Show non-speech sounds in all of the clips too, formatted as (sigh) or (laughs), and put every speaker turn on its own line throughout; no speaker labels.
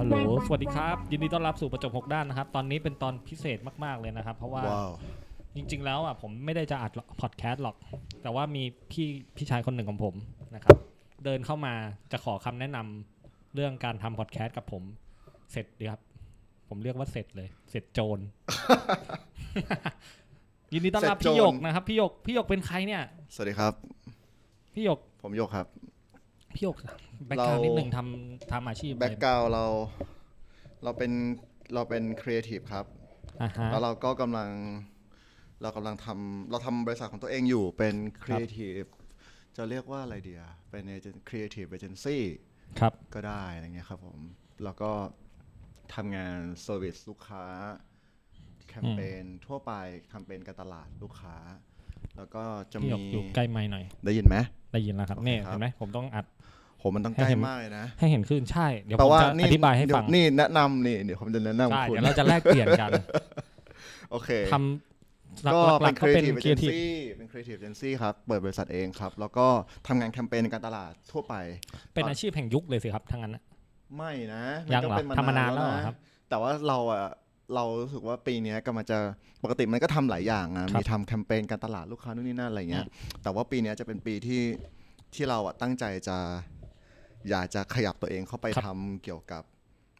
ฮัลโหล สวัสดีครับ ยินดีต้อนรับสู่ประจบหกด้านนะครับ ตอนนี้เป็นตอนพิเศษมากๆเลยนะครับ เพราะว่า
ว้าว
จริง ๆ แล้วอ่ะผมไม่ได้จะอัดพอดแคสต์หรอก แต่ว่ามีพี่พี่ชายคนหนึ่งของผมนะครับ เดินเข้ามาจะขอคำแนะนำเรื่องการทำพอดแคสต์กับผม เสร็จดีครับ ผมเรียกว่าเสร็จเลย เสร็จโจ
(laughs)
ร ยินดีต้อนรับพี่หยกนะครับ พี่หยก พี่หยกเป็นใครเนี่ย
สวัสดีครับ
พี่หยก
ผมโยกครับ
พี่หยกแบ็กกราว
เรานิ
นิดหนึ่งทำทำอาชีพอะ
แบ็ก
ไร
กราวเรา เราเป็นเราเป็นครีเอทีฟครับ
อ่าฮะ
แล้วเราก็กำลังเรากำลังทำเราทำบริษัทของตัวเองอยู่เป็นครีเอทีฟจะเรียกว่าอะไรเดียเป็นครีเอทีฟเอเจนซี่
ครับ
ก็ได้อะไรเงี้ยครับผมแล้วก็ทำงานเซอร์วิสลูกค้า แคมเปญทั่วไปทำเป็นการตลาดลูกค้า แล้วก็จะ
พี่หย
มี
กอยู่ใกล้ไม้หน่อย
ได้ยินไหม
ได้ยินแล้วครับ
โอเค
นี่
ครับ
เห็นไหมผมต้องอัด
โหมันต้อง
ให้
ใกล้
เห็น
มากเลยนะ
ให้เห็นขึ้นใช่ เดี๋ยวผ
แปล
ม
ว่า
จะ
นี่
อธิบายให้
เดี๋ว
ฟัง
นี่แนะนำนี่เดี๋ยวผมจะแนะ
ใช่
นำคุณ
เดี๋ยวเราจะแลกเปลี่ยนกัน
โอเค
ทำหลั
ก็
กๆหลั
เป็
ก
น
ก็เป็น
creative
ครีเอทีฟ
agency เป็น creative agency ครับ เปิดบริษัทเองครับ แล้วก็ทำงานแคมเปญการตลาดทั่วไป
เป็นอาชีพแห่งยุคเลยสิครับทั้งนั้นน่ะ
ไม่นะ
ยัง
ก็
เหรอ
ป็
ทำมานานแล้วเหรอครับ
แต่ว่าเราอะเรารู้สึกว่าปีเนี้ยกำลังจะปกติมันก็ทำหลายอย่างอะ
ครับ
มีทำแคมเปญการตลาดลูกค้านู่นนี่นั่นอะไรเงี้ย แต่ว่าปีเนี้ยจะเป็นปีที่ที่เราอะตั้งใจจะอยากจะขยับตัวเองเข้าไป
ครับ
ทำเกี่ยวกับ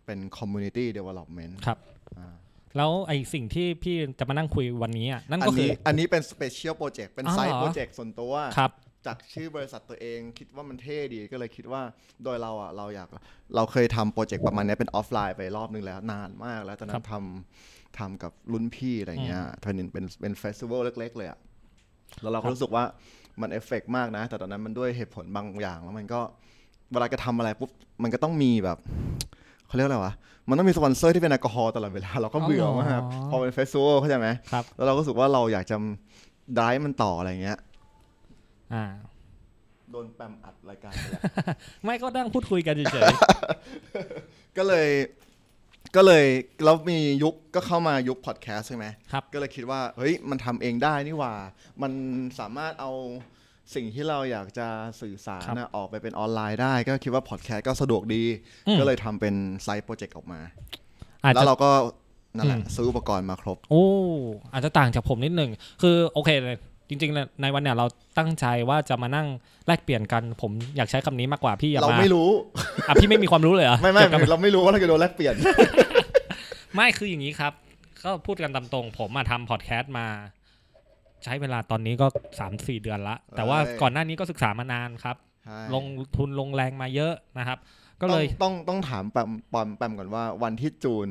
เป็น community development
ครับ
อ่า
แล้วไอสิ่งที่พี่จะมานั่งคุยวันนี้อ่ะนั่น
อั
ก็
น
คือ
นี้อันนี้เป็นสเปเชียลโปรเจกต์เป็น
อ้าว
ไซ
เหรอ
ต์โปรเจกต์ส่วนตัว
ครับ
จากชื่อบริษัทตัวเองคิดว่ามันเท่ดีก็เลยคิดว่าโดยเราอ่ะเราอยากเราเคยทำโปรเจกต์ประมาณเนี้ยเป็นออฟไลน์ไปรอบนึงแล้วนานมากแล้วตอนนั้
ครั
น
บ
ทำทำกับรุ่นพี่อะไรเงี้ยทอนนเป็นเป็นเฟสติวัลเล็ก ๆ เลยอ่ะแล้วเราก็รู้สึกว่ามันเอฟเฟกมากนะ แต่ตอนนั้นมันด้วยเหตุผลบางอย่าง แล้วมันก็เวลาจะทำอะไรปุ๊บมันก็ต้องมีแบบเขาเรียกอะไรวะมันต้องมีสปอนเซอร์ที่เป็นแอลกอฮอล์ตลอดเวลาเราก็เบื่อมากพอเป็นเฟสติวัลเข้าใจไหม
ครับ
แล้วเราก็รู้สึกว่าเราอยากจะได้มันต่ออะไรเงี้ย
อ่า
โดนแปมอัดรายการไปแล้ว (laughs)
ไม่ก็นั่งพูดคุยกันเฉย
ก็เลยก็เลยแล้วมียุคก็เข้ามายุคพอดแคสต์ใช่ไหม
ๆ ครับ
ก็เลยคิดว่า เฮ้ยมันทำเองได้นี่หว่า มันสามารถเอาสิ่งที่เราอยากจะสื่อสาร
ครับ
นะออกไปเป็นออนไลน์ได้ ก็คิดว่าพอดแคสต์ก็สะดวกดี
อืม
ก็เลยทำเป็นไซต์โปรเจกต์ออกมา
อาจ
แล้
จะ
วเราก็นั่นแหละ
อืม
ซื้ออุปกรณ์มาครบ
โอ้อาจจะต่างจากผมนิดหนึ่งคือโอเคเลยจริงๆเนี่ยในวันเนี่ยเราตั้งใจว่าจะมานั่งแลกเปลี่ยนกัน ผมอยากใช้คำนี้มากกว่าพี่อย่า
เรา
มา
ไม่รู้
อ่ะพี่ไม่มีความรู้เลยเหรอ
ไม่ไม่
เกี่ยวกับ
เราไม่รู้ว่าเราจะโดนแลกเปลี่ยน
ไม่คืออย่างนี้ครับ ก็พูดกันตามตรง ผมมาทำพอดแคสต์มา ใช้เวลาตอนนี้ก็ 3 4 เดือนละ แต่ว่า
เอ้ย
ก่อนหน้านี้ก็ศึกษามานานครับ
ใช่
ลงทุนลงแรงมาเยอะนะครับ ก็เลย
ต้องต้องต้องถามแปมปอมแปมก่อนว่าวันที่จูน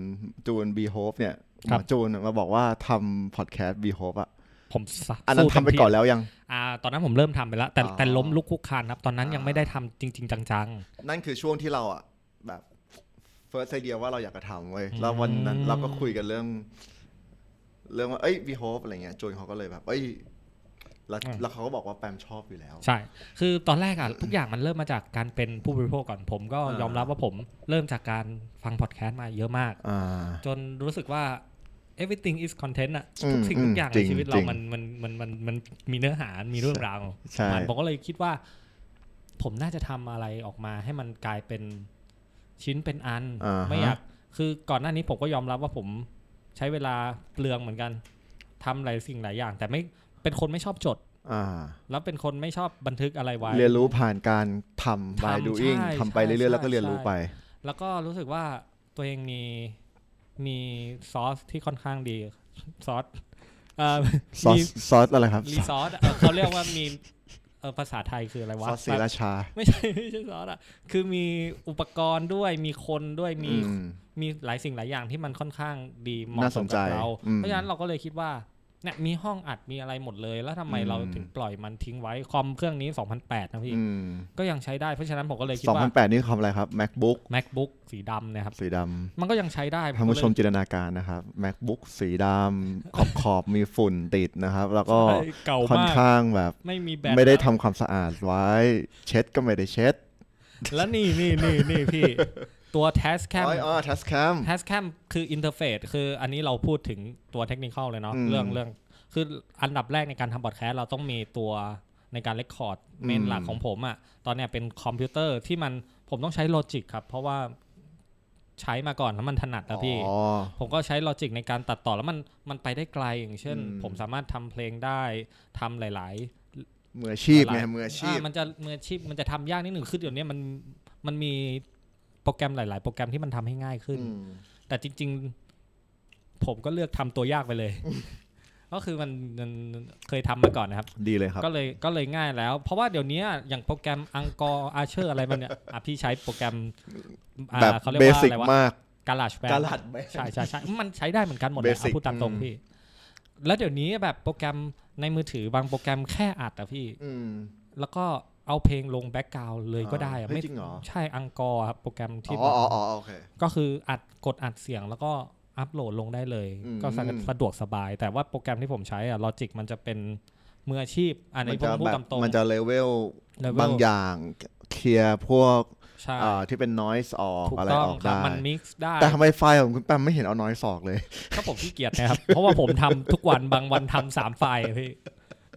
จูนบีโฮปเนี่ยห
ค
ม
รั
อบ จูนมาบอกว่าทำพอดแคสต์บีโฮปอะ
ผมสะ
อันนั้น
สู้
ทำไป
เม
ก่อนแล้วยัง
อ่า ตอนนั้นผมเริ่มทำไปแล้ว แต่
อ๋อ
แต่ล้มลุกคลุกคลานครับ ตอนนั้นยัง
อ่า
ไม่ได้ทำจริง ๆ จัง
นั่นคือช่วงที่เราอะแบบเฟิร์สไอเดียว่าเราอยากจะทำเว้ย
อืม
แล้ววันนั้นเราก็คุยกันเรื่อง เรื่องว่าเอ้ยบีโฮปอะไรเงี้ยจูนเขาก็เลยแบบ เอ้ยแล้วแล้วเขาก็บอกว่าแปมชอบอยู่แล้ว
ๆ ใช่ คือตอนแรกอ่ะ ทุกอย่างมันเริ่มมาจากการเป็นผู้บริโภคก่อนผมก็
อ่าย ย
อมรับว่าผมเริ่มจากการฟังพอดแคสต์มาเยอะมาก
อ่า
จนรู้สึกว่า everything is content อะ
อืม
ทุกสิ่งทุกอย่าง
จริ
ใน
ง
ชีวิตเรา
จริง
มันมันมันมันมันมีเนื้อหา มีเรื่องราว
ใช่
มันผมก็เลยคิดว่า ผมน่าจะทำอะไรออกมาให้มันกลายเป็นชิ้นเป็นอัน
อ่าฮะ
ไม่อยาก คือก่อนหน้านี้ผมก็ยอมรับว่าผมใช้เวลาเปลืองเหมือนกันทำหลายสิ่งหลายอย่าง แต่ไม่เป็นคนไม่ชอบจด
อ่า
แล้วเป็นคนไม่ชอบบันทึกอะไรไว้
เรียนรู้ผ่านการทำ by
ทำ
doing
ใช่
ทำไป
ใช่
เรื่อยๆแล้วก็เรียนรู้
ใช่
ไป
แล้วก็รู้สึกว่าตัวเองมีมีซอสที่ค่อนข้างดีซอสเอ่อ
ซอส
มี
ซอสอะไรครับ
รีซอสอะเอ่อเขาเรียกว่ามีเอ่อภาษาไทยคืออะไร
ซ
วะ
อสศรีราชา
ไม่ใช่ (laughs) ไม่ใช่ซอสอ่ะคือมีอุปกรณ์ด้วยมีคนด้วยมี
อืม
มีหลายสิ่งหลายอย่างที่มันค่อนข้างดีเหมาะ
น่า
ส
ส
ม
น
กั
ใจ
บเรา
อืม
เพราะฉะนั้นเราก็เลยคิดว่า เนี่ยมีห้องอัดมีอะไรหมดเลย แล้วทำไมเราถึงปล่อยมันทิ้งไว้คอมเครื่องนี้ 2008 นะพี่
อืม
ก็ยังใช้ได้เพราะฉะนั้นผมก็เลยคิด
สองพั
ว่า
นแปดนี่คอมอะไรครับ macbook
macbook สีดำเนะครับ
สีดำ
มันก็ยังใช้ได้
ท่านผู้ชม
ผ
จินตนาการนะครับ macbook สีดำข
(laughs)
อบขอบๆมีฝุ่นติดนะครับ แล้วก็
ก็เลยเก่า
ค่อน
มาก
ข้างแบบ
ไม่มีแบต
ไม่ได้
แล้ว
ทำความสะอาดไว้ เช็ดก็ไม่ได้เช็ด
แล้วนี่นี่นี่นี่พี่ ตัว tascam
อ๋ออ๋อ ทัสแคม
tascam คืออินเทอร์เฟซคืออันนี้เราพูดถึงตัวเทคนิคเลยเนาะ
อืม
เรื่องเรื่องคืออันดับแรกในการทำบอดแคสต์เราต้องมีตัวในการเ e คคอร์ดเมน
อืม
หลักของผมอะ่ะตอนเนี้ยเป็นคอมพิวเตอร์ที่มันผมต้องใช้ลอจิกครับ เพราะว่าใช้มาก่อนแล้วมันถนัดนะพี่
อ๋อ
ผมก็ใช้ลอจิกในการตัดต่อแล้วมันมันไปได้ไกลอย่างเช่น
อืม
ผมสามารถทำเพลงได้ทำหลาย ๆ
มืออาชีพ
ห
ไง
ลาย
มืออาชีพ
ะมันจะมืออาชีพมันจะทำยากนิดหนึ่งคือเดี๋ยวนี้มันมันมีโปรแกรมหลาย ๆ โปรแกรมที่มันทำให้ง่ายขึ้น
อืม
แต่จริง ๆ ผมก็เลือกทำตัวยากไปเลย ก็คือมันมันเคยทำมาก่อนนะครับ
ดีเลยครับ
ก็เลยก็เลยง่ายแล้ว เพราะว่าเดี๋ยวนี้อย่างโปรแกรมอังกอร์อาเชอร์อะไรมันเนี่ยอ่ะพี่ใช้โปรแกรมอ่า
แบบ
เขาเรียก
เบ
ว่า
สิก
อะไรวะ
มาก
การาชแบ
กาลัดไหม
ใช่ใช่ใช่มันใช้ได้เหมือนกันหมดเลย
Basic
อ่ะพูดตามตรง
อืม
พี่ แล้วเดี๋ยวนี้แบบโปรแกรมในมือถือบางโปรแกรมแค่อัดอะพี่
อืม
แล้วก็เอาเพลงลงแบ็กกราวเลยก็ได้อะ
อ่าเฮ้ยจริงเหรอ
ใช่อังกอร์ครับโปรแกรมที่
อ๋ออ๋ออ๋อโอเค
ก็คืออัดกดอัดเสียงแล้วก็อัพโหลดลงได้เลย
อืม
ก็สะสะดวกสบาย แต่ว่าโปรแกรมที่ผมใช้อะลอจิกมันจะเป็นมืออาชีพ อัน
มั
นี้ผ
จะ
มพูด
แบบ
ตามตรง
มันจะเลเวล
เลเวล
บางอย่างเคลียร์พวก
ใช่
อ่าที่เป็น noise ออก
ถูก
อะไร
ต้อง
ออก
ครับ
ได้
มันมิกซ์ได้
แต่ทำไมไฟล์ของคุณแปมไม่เห็นเอา noise ออกเลย
ก็ผมขี้เกียจนะครับ เพราะว่าผมทำทุกวันบางวันทำสามไฟล์อะพี่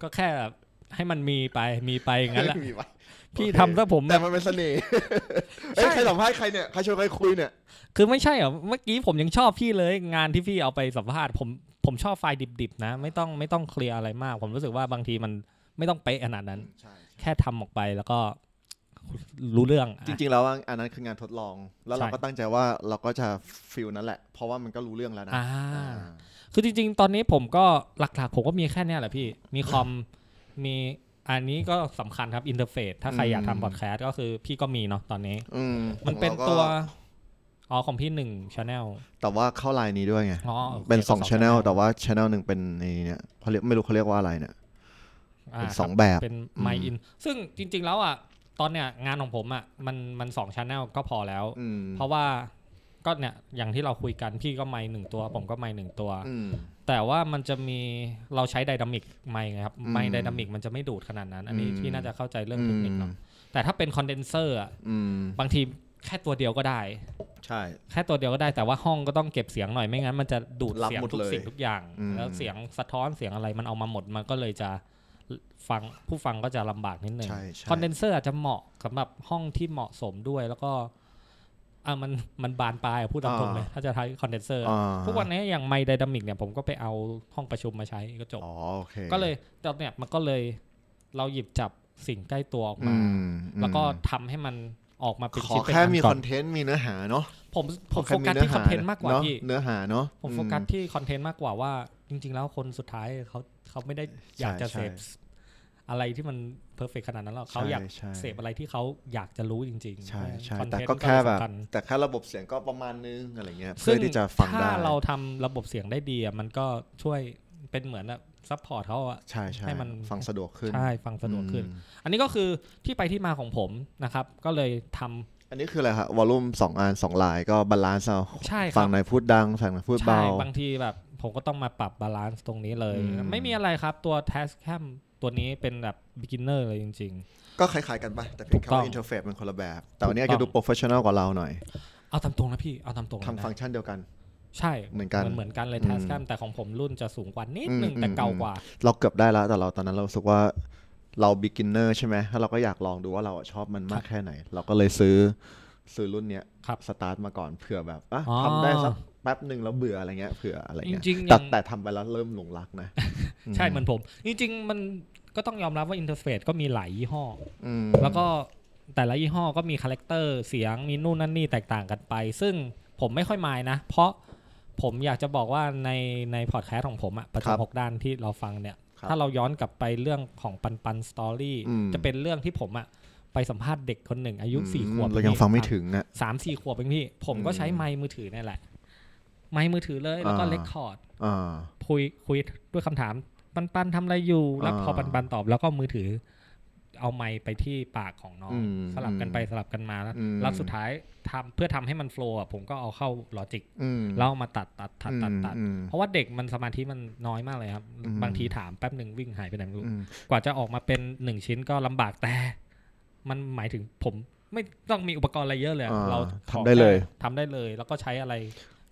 ก็แค่แบบให้มันมีไปมีไปอย่าง
(laughs)
นั้นแหละ
มีวะ
พี่
โอเค
ทำถ้าผมแบ
แต่
บ
มันเป็นเสน่ห์
ใช่
เอ้ยใครสัมภาษณ์ใครเนี่ย ใครชวนใครคุยเนี่ย
คือไม่ใช่เหรอเมื่อกี้ผมยังชอบพี่เลย งานที่พี่เอาไปสัมภาษณ์ผมผมชอบไฟล์ดิบๆนะ ไม่ต้องไม่ต้องเคลียร์อะไรมาก ผมรู้สึกว่าบางทีมันไม่ต้องเป๊ะขนาดนั้น แค่ทำออกไปแล้วก็รู้เรื่องอะ
จริงๆ แล้วว่าอันนั้นคืองานทดลอง แล้วเรา
ใช่
ก็ตั้งใจว่าเราก็จะฟิลนั้นแหละ เพราะว่ามันก็รู้เรื่องแล้วนะ
อ่า
อ่า
คือจริงๆ ตอนนี้ผมก็หลักๆ ผมก็มีแค่เนี้ยแหละพี่ มีคอม มีอันนี้ก็สำคัญครับอินเทอร์เฟซถ้าใครอยากทำพอดแคสต์ก็คือพี่ก็มีเนาะตอนนี้
อืม
มันเป็น
ของราก็
ตัว อ๋อ ของพี่หนึ่งชาแนล
แต่ว่าเข้าไลน์นี้ด้วยไง
อ๋อโอเค
เป็นสอง
ก็สอง
ช anel
channel
แต่ว่าช anel หนึ่งเป็นในเนี่ยเขาเรียกไม่รู้เขาเรียกว่าอะไรเนี่ย เป็นสองแบบ
เป็น
อืม
ไมอินซึ่งจริงๆแล้วอ่ะ ตอนเนี้ยงานของผมอ่ะ มันมันสองชาแนลก็พอแล้ว
อืม
เพราะว่าก็เนี่ยอย่างที่เราคุยกันพี่ก็ไมค์หนึ่งตัว ผมก็ไมค์หนึ่งตัว
อืม
แต่ว่ามันจะมีเราใช้ไดนามิกไมค์ไงครับ
อืม
ไมค์ไดนามิกมันจะไม่ดูดขนาดนั้น อันนี้
อืม
ที่น่าจะเข้าใจเรื่องเทคนิคเนาะแต่ถ้าเป็นคอนเดนเซอร์อะ
อืม
บางทีแค่ตัวเดียวก็ได้
ใช่
แค่ตัวเดียวก็ได้แต่ว่าห้องก็ต้องเก็บเสียงหน่อยไม่งั้นมันจะดูด
รับ
เสียง
หมด
ทุก
เลย
สิ่งทุกอย่าง
อืม
แล้วเสียงสะท้อนเสียงอะไรมันเอามาหมดมันก็เลยจะฟังผู้ฟังก็จะลำบากนิดนึง
ใช่ใช่
คอนเดนเซอร์อาจจะเหมาะสำหรับห้องที่เหมาะสมด้วยแล้วก็อ่ะมันมันบานปลายอ่ะพูดตามตรงเลย ถ้าจะใช้คอนเดนเซอร์
อ่า
ทุกวันนี้อย่างไมค์ไดนามิกเนี่ยผมก็ไปเอาห้องประชุมมาใช้ก็จบ
อ๋อโอเค
ก็เลยตอนเนี้ยมันก็เลยเราหยิบจับสิ่งใกล้ตัวออก
อื
มา
ม
แล้วก็ทำให้มันออกมาเป็น
ขอ
ชิ้นเป็น
แค่
น
มี
ก่
ค
อ
อน นเทนต์มีเนื้อหาเนาะ
ผมผม
ข
โฟ
แ
กัสที่คอนเทนต์มากกว่า
ะ
พี่
เนื้อหาเนาะ
ผม
อื
โฟกัสที่คอนเทนต์มากกว่าว่า จริง ๆ แล้วคนสุดท้ายเขาเขาไม่ได้อยากจะเส
ใช่
พอะไรที่มันเพอร์เฟกขนาดนั้นหรอก
ใช่
เขาอยาก
ใช่
เสพอะไรที่เขาอยากจะรู้จริงๆ
ใช่ใช่
อน
แต่
เทน
ก็แค่
เลย
แบบ
สำญ
แต่แค่ระบบเสียงก็ประมาณนึงอะไรเงี้ย
ซึ่
เพื่อที่จะฟังได้
ถ้าเราทำระบบเสียงได้ดีอะมันก็ช่วยเป็นเหมือนแบบซัพพอร์ตเขาอะ
ใช่ใช่
ให้มัน
ฟังสะดวกขึ้น
ใช่ฟังสะดวกขึ้น
อืม
อันนี้ก็คือที่ไปที่มาของผมนะครับ ก็เลยทำ
อันนี้คืออะไรครับวอลลุ่มสองอันสองลายก็บาลานซ์เอา
ใช่ค
ฟั
รั
ง
บ
ไหนพูดดังฝั่งไหนพูด
ใช่
เบา
บางทีแบบผมก็ต้องมาปรับบาลานซ์ตรงนี้เลย
อืม
ไม่มีอะไรครับตัว Tascam ตัวนี้เป็นแบบ beginner เลยจริง ๆ
ก็คล้ายๆกันไปแต่เพี
ถู
ยง
กต้
แค่
อง
อินเทอร์เฟซเป็นคนละแบบ แต่วันนี้
ถูกต้
จะ
อง
ดูโปรเฟชชั่น a ลกว่าเราหน่อย
เอาตามตรงนะพี่ เอาตามตรงเลย
ทำ
นะ
ฟังก์ชันเดียวกัน
ใช่
เหมือนกัน
เหมือนกันเลย
อืม
แทสแคมแต่ของผมรุ่นจะสูงกว่านิดนึง
อืม
แต่เก่า
อืม
กว่า
เราเกือบได้แล้วแต่เราตอนนั้นเรารู้สึกว่าเรา beginner ใช่ไหมถ้าเราก็อยากลองดูว่าเราอะชอบมันมากแค่ไหน เราก็เลยซื้อซื้อรุ่นเนี้ย
ครับ
สตาร์ทมาก่อนเผื่อแบบอ่ะ
อ๋อ
ทำได้สักแป๊บหนึ่งแล้วเบื่ออะไรเงี้ยเผื่ออะไรเงี้ย
จริงๆอ
แต่
ย่าง
แต่ทำไปแล้วเริ่มหลงรักนะ
ใช่เหมือนผม จริง ๆ มันก็ต้องยอมรับว่าอินเทอร์เฟซก็มีหลายยี่ห้อ
อืม
อแล้วก็แต่ละยี่ห้อก็มีคาแรคเตอร์เสียงมีนู่นนั่นนี่แตกต่างกันไป ซึ่งผมไม่ค่อยมายนะ เพราะผมอยากจะบอกว่าในในพอดแคสต์ของผมอะประชุมหกด้านที่เราฟังเนี่ย
ครับ
ถ้าเราย้อนกลับไปเรื่องของปันปันสตอรี่
อืม
จะเป็นเรื่องที่ผมอะไปสัมภาษณ์เด็กคนหนึ่งอายุ
อืม
สี่ขวบ
เรายังฟังไม่ถึงอ่ะ
สามสี่ขวบเองพี่ ผมก็
อืม
ใช้ไมค์มือถือนี่แหละ ไม้มือถือเลย แล้วก็
อ่า
เลคคอร์ด
อ่า
คุยคุยด้วยคำถาม ปันปันทำอะไรอยู่ แล้วพอ
อ่า
ปันปันตอบแล้วก็มือถือ เอาไมค์ไปที่ปากของน้อง
อืม
สลับกันไปสลับกันมาแล้ว
อืม
แล้วสุดท้ายทำเพื่อทำให้มันโฟล์ผมก็เอาเข้าลอจิก
อืม
แล้วเอามาตัดตัดตัดตัดตัด
อืม
เพราะว่าเด็กมันสมาธิมันน้อยมากเลยครับ
อืม
บางทีถามแป๊บหนึ่งวิ่งหายไปไหนไม่รู้
อืม
กว่าจะออกมาเป็นหนึ่งชิ้นก็ลำบากแต่ มันหมายถึงผมไม่ต้องมีอุปกรณ์อะไรเยอะเลยอะ
อ่า
เรา
ทำได้เลย
ขอแค่ทำได้เลย แล้วก็ใช้อะไร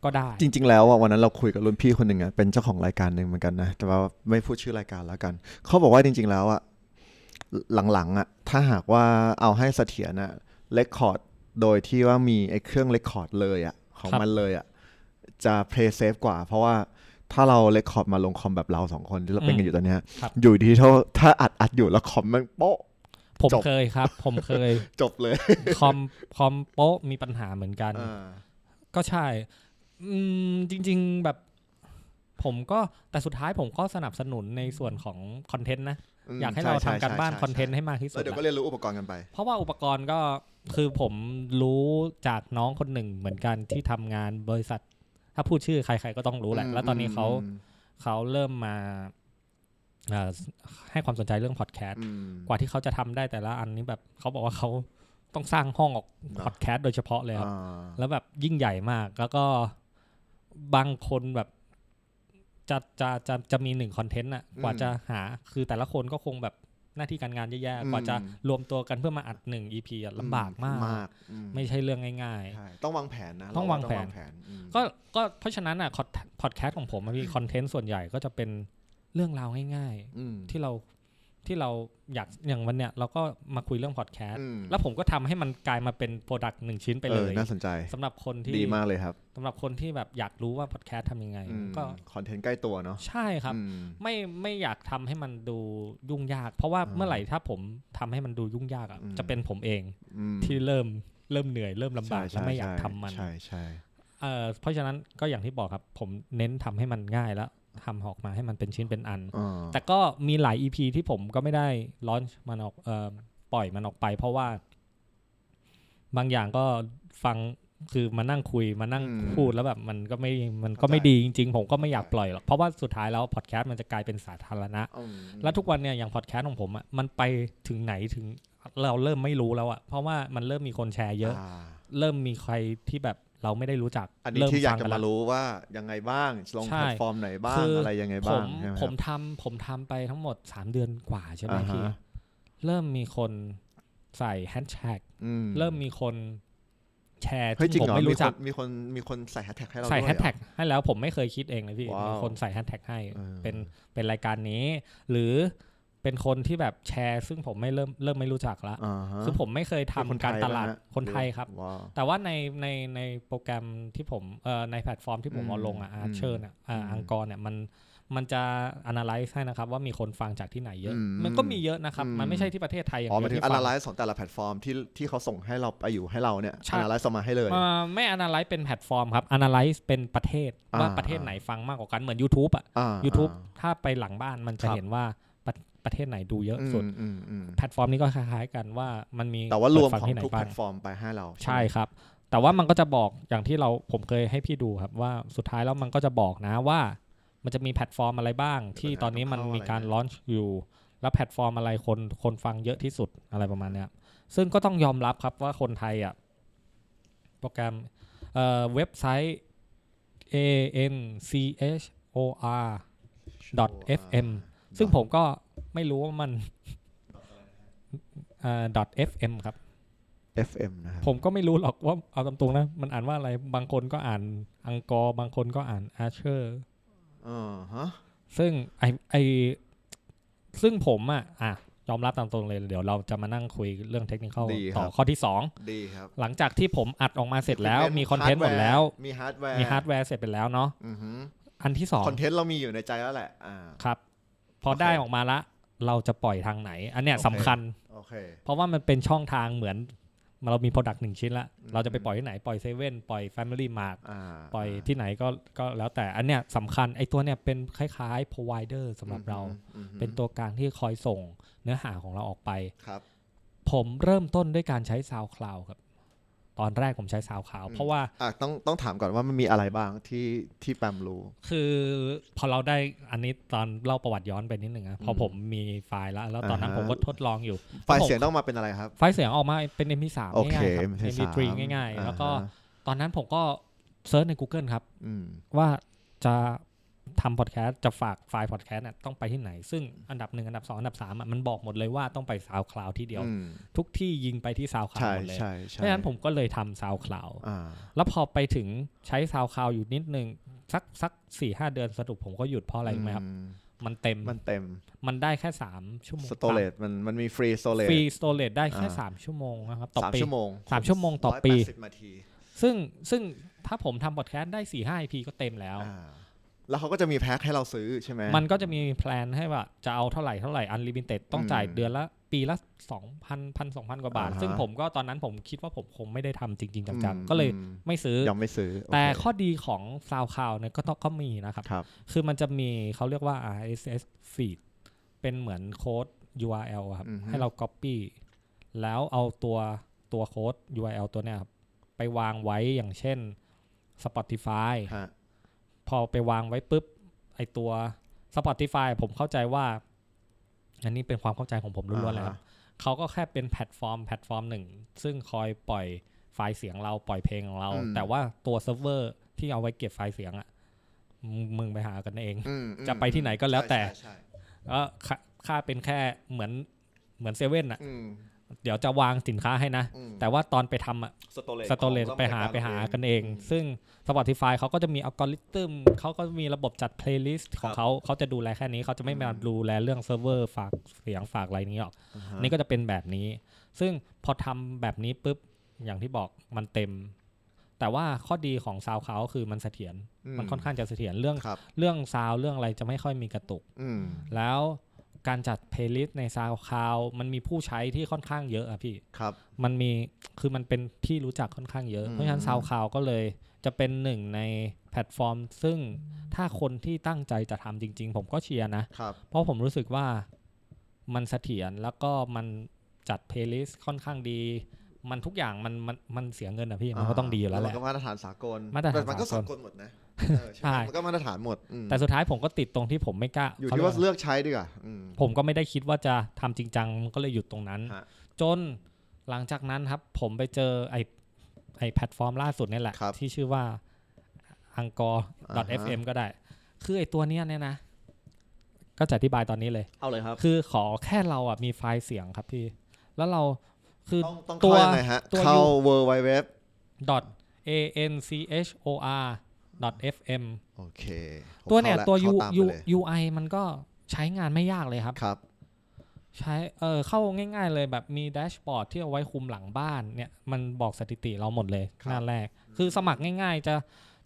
ก็ได้
จริง ๆ แล้วอะวันนั้นเราคุยกับรุ่นพี่คนหนึ่งอะเป็นเจ้าของรายการหนึ่งเหมือนกันนะ แต่ว่าไม่พูดชื่อรายการแล้วกัน เขาบอกว่าจริง ๆ แล้วอะหลังๆอะถ้าหากว่าเอาให้เสถียรอะเลคคอร์ดโดยที่ว่ามีไอ้เครื่องเลคคอร์ดเลยอะของ
ครับ
มันเลยอะจะเพลย์เซฟกว่า เพราะว่าถ้าเราเลคคอร์ดมาลงคอมแบบเราสองคนที่เราเป็นกันอยู่ตอนเนี้ยอยู่ดีๆถ้าถ้าอัดอัดอยู่แล้วคอมมันโป๊ะ
ผม
จบ
เคยครับ ผมเคย
จบเลย
(laughs) คอมคอมโป๊ะมีปัญหาเหมือนกัน
อ่า
ก็ใช่ อืมจริง ๆแบบ ผมก็แต่สุดท้ายผมก็สนับสนุนในส่วนของคอนเทนต์นะ
ม
อยากให้เราทำการบ้าน
ใช่ใช่
คอนเทนต์ให้มากที่สุ
แล้ว
ด
เดี๋ยว
อะ
ก็เรียนรู้อุปกรณ์กันไป
เพราะว่าอุปกรณ์ก็คือผมรู้จากน้องคนหนึ่งเหมือนกันที่ทำงานบริษัท ถ้าพูดชื่อใคร ๆ ก็ต้องรู้แหละ แล้วตอนนี้เขาเขาเริ่มมาเอ่อให้ความสนใจเรื่องพอดแคสต์
อืม
กว่าที่เขาจะทำได้แต่ละอันนี้แบบเขาบอกว่าเขาต้องสร้างห้องออก
เนอะ
พอดแคสต์โดยเฉพาะเลยครับ
อ่า
แล้วแบบยิ่งใหญ่มาก แล้วก็บางคนแบบจะจะจะจะมีหนึ่งคอนเทนต์อ่ะ
อืม
กว่าจะหา คือแต่ละคนก็คงแบบหน้าที่การงานแย่
อืม
ๆ กว่าจะรวมตัวกันเพื่อมาอัดหนึ่ง EP อะลำบากมาก
อืม
ไม่ใช่เรื่องง่าย
ใช่ต้องวางแผนนะ
ต้อง
เร
วางแผน
อืม
ๆ ก็ก็เพราะฉะนั้นอ่ะพอดแคสต์ของผมมันมีคอนเทนต์ส่วนใหญ่ก็จะเป็นเรื่องราวง่าย
อืม
ๆ ที่เราที่เราอยากอย่างวันเนี้ยเราก็มาคุยเรื่องพอดแคสต์
อืม
แล้วผมก็ทำให้มันกลายมาเป็นโปรดักต์หนึ่งชิ้นไปเล
ออย น่าสนใจ
สำหรับคนที่
ดีมากเลยครับ
สำหรับคนที่แบบอยากรู้ว่าพอดแคสต์ทำยังไง ก็
คอนเทนต์ใกล้ตัวเนาะ
ใช่ครับ
อืม
ไม่ไม่อยากทำให้มันดูยุ่งยาก เพราะว่า
อ่า
เมื่อไหร่ถ้าผมทำให้มันดูยุ่งยากอะ
อืม
จะเป็นผมเอง
อืม
ที่เริ่มเริ่มเหนื่อยเริ่มลำบาก
ใช่
และไม่อยากทำมัน
ใช่ใช่
เอ่อเพราะฉะนั้นก็อย่างที่บอกครับ ผมเน้นทำให้มันง่ายแล้วทำออกมาให้มันเป็นชิ้นเป็นอัน
อ่า
แต่ก็มีหลาย EP ที่ผมก็ไม่ได้ลอนมันออกเอ่อปล่อยมันออกไป เพราะว่า บางอย่างก็ฟังคือมานั่งคุยมานั่งพูดแล้วแบบมันก็ไม่มันก็ไม่ดีจริงๆ ผมก็ไม่อยากปล่อยหรอกเพราะว่าสุดท้ายแล้วพอดแคสต์มันจะกลายเป็นสาธารณะ
อืม
แล้วทุกวันเนี่ยอย่างพอดแคสต์ของผมอะมันไปถึงไหนถึงเราเริ่มไม่รู้แล้วอะเพราะว่ามันเริ่มมีคนแชร์เยอะ
า
เริ่มมีใครที่แบบเราไม่ได้รู้จัก
อันนี้
เริ่ม
ที่อยาก
ฟัง
จะ
น
มา
ละ
รู้ว่ายังไงบ้างลง
ใช่
แพลตฟอร์มไหนบ้า
คื
ง
ออ
อะไรยังไง
ผ
บ้าง
ม
ใช่ไหม
ผ
ครับ
มทำผมทำไปทั้งหมด 3 เดือนกว่าใช่ไหม
อ่า
พี่
ฮะ
เริ่มมีคนใส่แฮชแท็ก
อืม
เริ่มมีคนแชร์
เฮ้ยจริ
ที่
ง
ผม
เหรอ
ไม่รู้จัก
มีคนมีคนมีคนใส่แฮชแท็กให้เรา
ใส่
ด้วย
แฮช
เหรอ
แท็กให้แล้วผมไม่เคยคิดเองเลยพี่
ว้าว
มีคนใส่แฮชแท็กให้
เออ
เป็นเป็นรายการนี้ หรือเป็นคนที่แบบแชร์ ซึ่งผมไม่เริ่มเริ่มไม่รู้จักละ
อ่าฮะ
คือผมไม่เคยทำ
เป็นคน
การ
ไย
ตลาด
ปะฮะ
คนไทยครับ
ว้าว
แต่ว่าในในในโปรแกรมที่ผมเอ่อในแพลตฟอร์มที่ผม
อืม
เอาลงอ่ะอาร์เชอร์เนี่ย
อืม
อังกอร์เนี่ยมันมันจะ analyze ให้นะครับ ว่ามีคนฟังจากที่ไหนเยอะ
อืม
มันก็มีเยอะนะครับ
อืม
มันไม่ใช่ที่ประเทศไทยอย่าง
อ๋อห
เดี
มาย ยว ถึง
ที่ฟัง
analyze ของแต่ละแพลตฟอร์มที่ที่เขาส่งให้เราไปอยู่ให้เราเนี่ย
ใช่
analyze ออกมาให้เลย
เอ่อไม่ analyze เป็นแพลตฟอร์มครับ analyze เป็นประเทศ
อ่า
ว่าประเทศไหนฟังมากกว่ากันเหมือน YouTube อ่ะ
อ่า
YouTube ถ้าไปหลังบ้านมันจะ
ครับ
เห็นว่าประประเทศไหนดูเยอะ
อืม
สุด
อืมอืม
แพลตฟอร์มนี้ก็คล้ายๆกันว่ามันมี
แต่ว่ารวม
เปิดฟั
ของ
ที่ไหน
ทุก
บ้า
แพ
ง
ลตฟอร์มไปให้เรา
ใช่
ไหม
ครับ แต่ว่ามันก็จะบอกอย่างที่เราผมเคยให้พี่ดูครับว่าสุดท้ายแล้วมันก็จะบอกนะว่า มันจะมีแพลตฟอร์มอะไรบ้าง ที่ตอนนี้มันมีการ
เข้าอะไรนะ
ลอนช์อยู่ แล้วแพลตฟอร์มอะไรคนคนฟังเยอะที่สุดอะไรประมาณเนี้ยซึ่งก็ต้องยอมรับครับว่าคนไทยอ่ะโปรแกรมเอ่อเว็บไซต์ a n c h o r dot fm ซึ่งผมก็ไม่รู้ว่ามัน (laughs) เอ่อ dot fm ครับ
fm นะครับ
ผมก็ไม่รู้หรอกว่าเอาตามตรงนะ มันอ่านว่าอะไรบางคนก็อ่านอังกอร์บางคนก็อ่านอาเชอร์
อ่าฮะ
ซึ่งไอไอซึ่งผมอ่ะอ่ะยอมรับตามตรงเลย เดี๋ยวเราจะมานั่งคุยเรื่องเทคนิคต่อข้อที่
ดีครับ
2 หลังจากที่ผมอัดออกมาเสร็จแล้วมีคอนเทนต์หมดแล้ว
มีฮาร์ดแวร์
มีฮาร์ดแวร์เสร็จไปแล้วเนาะ
อือฮึ
อันที่
คอน
2
เทนต์เรามีอยู่ในใจแล้วแหละอ่า
ครับ พอ
โอเค
ได้ออกมาละ เราจะปล่อยทางไหน อันเนี้ย
โอเค
สำคัญ
โอเค
เพราะว่ามันเป็นช่องทางเหมือนเรามีโปรดักต์หนึ่งชิ้นละ
อืม
เราจะไปปล่อยที่ไหนปล่อยเซเว่นปล่อย Family Mart
อ่า
ปล่อยที่ไหนก็ก็แล้วแต่อันเนี้ยสำคัญไอ้ตัวเนี้ยเป็นคล้ายๆ provider สำหรับเรา
อือฮึ
เป็นตัวกลางที่คอยส่งเนื้อหาของเราออกไป
ครับ
ผมเริ่มต้นด้วยการใช้ SoundCloud ครับ ตอนแรกผมใช้ซาวขาว เพราะว่า
อ่ะต้องต้องถามก่อนว่ามันมีอะไรบ้างที่ที่แปมรู้
คือพอเราได้อันนี้ตอนเล่าประวัติย้อนไปนิดหนึ่งนะพอผมมีไฟล์แล้ว แล้วตอนนั้น
อ่าฮะ
ผมก็ทดลองอยู่
ไฟล์เสียงต้องมาเป็นอะไรครับ
ไฟล์เสียงออกมาเป็น MP3
โอเค
ง่ายๆครับ
MP3
MP3 ง่ายๆ
อ่าฮะ
แล้วก็ตอนนั้นผมก็เซิร์ชใน Google ครับ
อืม
ว่าจะทำพอดแคสต์จะฝากไฟล์พอดแคสต์น่ะต้องไปที่ไหน ซึ่งอันดับหนึ่งอันดับสองอันดับสามอ่ะมันบอกหมดเลยว่าต้องไปซาวคลาวที่เดียว
อืม
ทุกที่ยิงไปที่ซาวคลาว
ใช่
หมดเลย
ใช่
เพ
ใช่
ราะฉะนั้นผมก็เลยทำซาวคลาว
อ่า
แล้วพอไปถึงใช้ซาวคลาวอยู่นิดนึง สักสักสี่ห้าเดือนสรุปผมก็หยุดเพราะอะไรรู้ไหมครับ มันเต็ม
มันเต็ม
มันได้แค่สามชั่วโมง
สโตเลตมันมันมีฟรีสโตเลต
ฟรีสโตเลตได้แค่
อ่า
สามชั่วโมงนะครับต่อ
สาม
ปี
ชั่วโมง
สามชั่วโมงต่อปี
ร้ยแดสิบนาที
ซึ่งซึ่งถ้าผมทำพอดแคสต์ได้สี่ห้าพีก็เต็มแล้ว
อ่าแล้วเขาก็จะมีแพ็คให้เราซื้อใช่ไหม
มันก็จะมีแพลนให้ว่าจะเอาเท่าไหร่เท่าไหร่อันลิมิเต็ดต้องจ่าย
อืม
เดือนละปีละ2,000พันพันสองพันกว่าบาท
อ่าฮะ
ซึ่งผมก็ตอนนั้นผมคิดว่าผมคงไม่ได้ทำจริง ๆ จัง
อืม
ๆ ก็เลย
อืม
ไม่ซื้อ
ยังไม่ซื้อโอเค
แต่ข้อดีของ SoundCloud เนี่ยก็ต้องก็มีนะครับ
ครับ
คือมันจะมีเขาเรียกว่า RSS feed เป็นเหมือนโค้ด URL อะครับ
อือฮึ
ให้เรา Copy แล้วเอาตัวตัวโค้ด URL ตัวเนี้ยครับไปวางไว้อย่างเช่น Spotify
ฮะ
พอไปวางไว้ปุ๊บ ไอตัว Spotify ผมเข้าใจว่า อันนี้เป็นความเข้าใจของผมล้วนๆเลยครับเขาก็แค่เป็นแพลตฟอร์มแพลตฟอร์มหนึ่ง ซึ่งคอยปล่อยไฟล์เสียงเราปล่อยเพลงของเรา แต่ว่าตัวเซิร์ฟเวอร์ที่เอาไว้เก็บไฟล์เสียงอะมึงมึงไปหากันเอง
อืมอืม
จะไปที่ไหนก็แล้วแต่
ใช่ใช่ใช่
ก็ค่าค่าเป็นแค่เหมือนเหมือนเซเว่นอะ
อืม
เดี๋ยวจะวางสินค้าให้นะ
อืม
แต่ว่าตอนไปทำอะ
สโตเลต
สโตเลส
ของ
ไปหา
ต้อง
ไปหา
จัดร
กันเอง ซึ่ง Spotify เขาก็จะมีอัลกอริทึมเขาก็มีระบบจัดเพลย์ลิสต์ของเขาเขาจะดูแลแค่นี้เขาจะไม่มาดูแลเรื่องเซิร์ฟเวอร์ฝากเสียงฝากอะไรนี้หรอก
อ่าฮะ
นี่ก็จะเป็นแบบนี้ ซึ่งพอทำแบบนี้ปุ๊บ อย่างที่บอกมันเต็ม แต่ว่าข้อดีของซาวเขาคือมันเสถียรมันค่อนข้างจะเสถียรเรื่อง
ครับ
เรื่องซาวเรื่องอะไรจะไม่ค่อยมีกระตุก
อืม
แล้วการจัดเพลย์ลิสต์ในซาวคลาวมันมีผู้ใช้ที่ค่อนข้างเยอะอะพี่
ครับ
มันมีคือมันเป็นที่รู้จักค่อนข้างเยอะ
อืม
เพราะฉะนั้นซาวคลาวก็เลยจะเป็นหนึ่งในแพลตฟอร์ม ซึ่งถ้าคนที่ตั้งใจจะทำจริง ๆ ผมก็เชียร์นะ
ครับ
เพราะผมรู้สึกว่ามันเสถียรแล้วก็มันจัดเพลย์ลิสต์ค่อนข้างดี มันทุกอย่างมันมันมันเสียเงินอะพี่มันก็ต้องดีอยู่แล้วแหละ
มันก็มาตรฐานสากล
มาตรฐาน
แต่มันก็สา
สาก ก
ล
ล
หมด
(laughs)
นะเออ
ใช่
ใช่มันก็มาตรฐานหมดอืม
แต่สุดท้ายผมก็ติดตรงที่ผมไม่กล้า
อยู่
เขา
ที่
เรียก
ว่า
ว่า
เลือกใช้ดีกว่าอืม
ผมก็ไม่ได้คิดว่าจะทำจริงจังก็เลยหยุดตรงนั้น
ฮะ
จนหลังจากนั้นครับ ผมไปเจอไอไอแพลตฟอร์มล่าสุดเนี่ยแหละ
ครับ
ที่ชื่อว่า angkor
อ่าฮะ
fm ก็ได้ คือไอตัวเนี้ยเนี่ยนะ ก็จะอธิบายตอนนี้เลย
เอาเลยครับ
คือขอแค่เราอ่ะมีไฟล์เสียงครับพี่ แล้วเราคือ
ต้องต้อง
ตัว
เข้ายังไงฮะ
ตัว
เข้า
ยู
w w w
dot anchor dot fm
โอเคผม
ตัวเนี่ย
ข้าแล้
ตัว U-
เข้าาม
U-
ไปเลย
UI มันก็ใช้งานไม่ยากเลยครับ
ครับ
ใช้เออเข้าง่ายๆเลยแบบมีแดชบอร์ดที่เอาไว้คุมหลังบ้านเนี่ย มันบอกสถิติเราหมดเลย
ครับ
หน้าแรก คือสมัครง่ายๆ จะ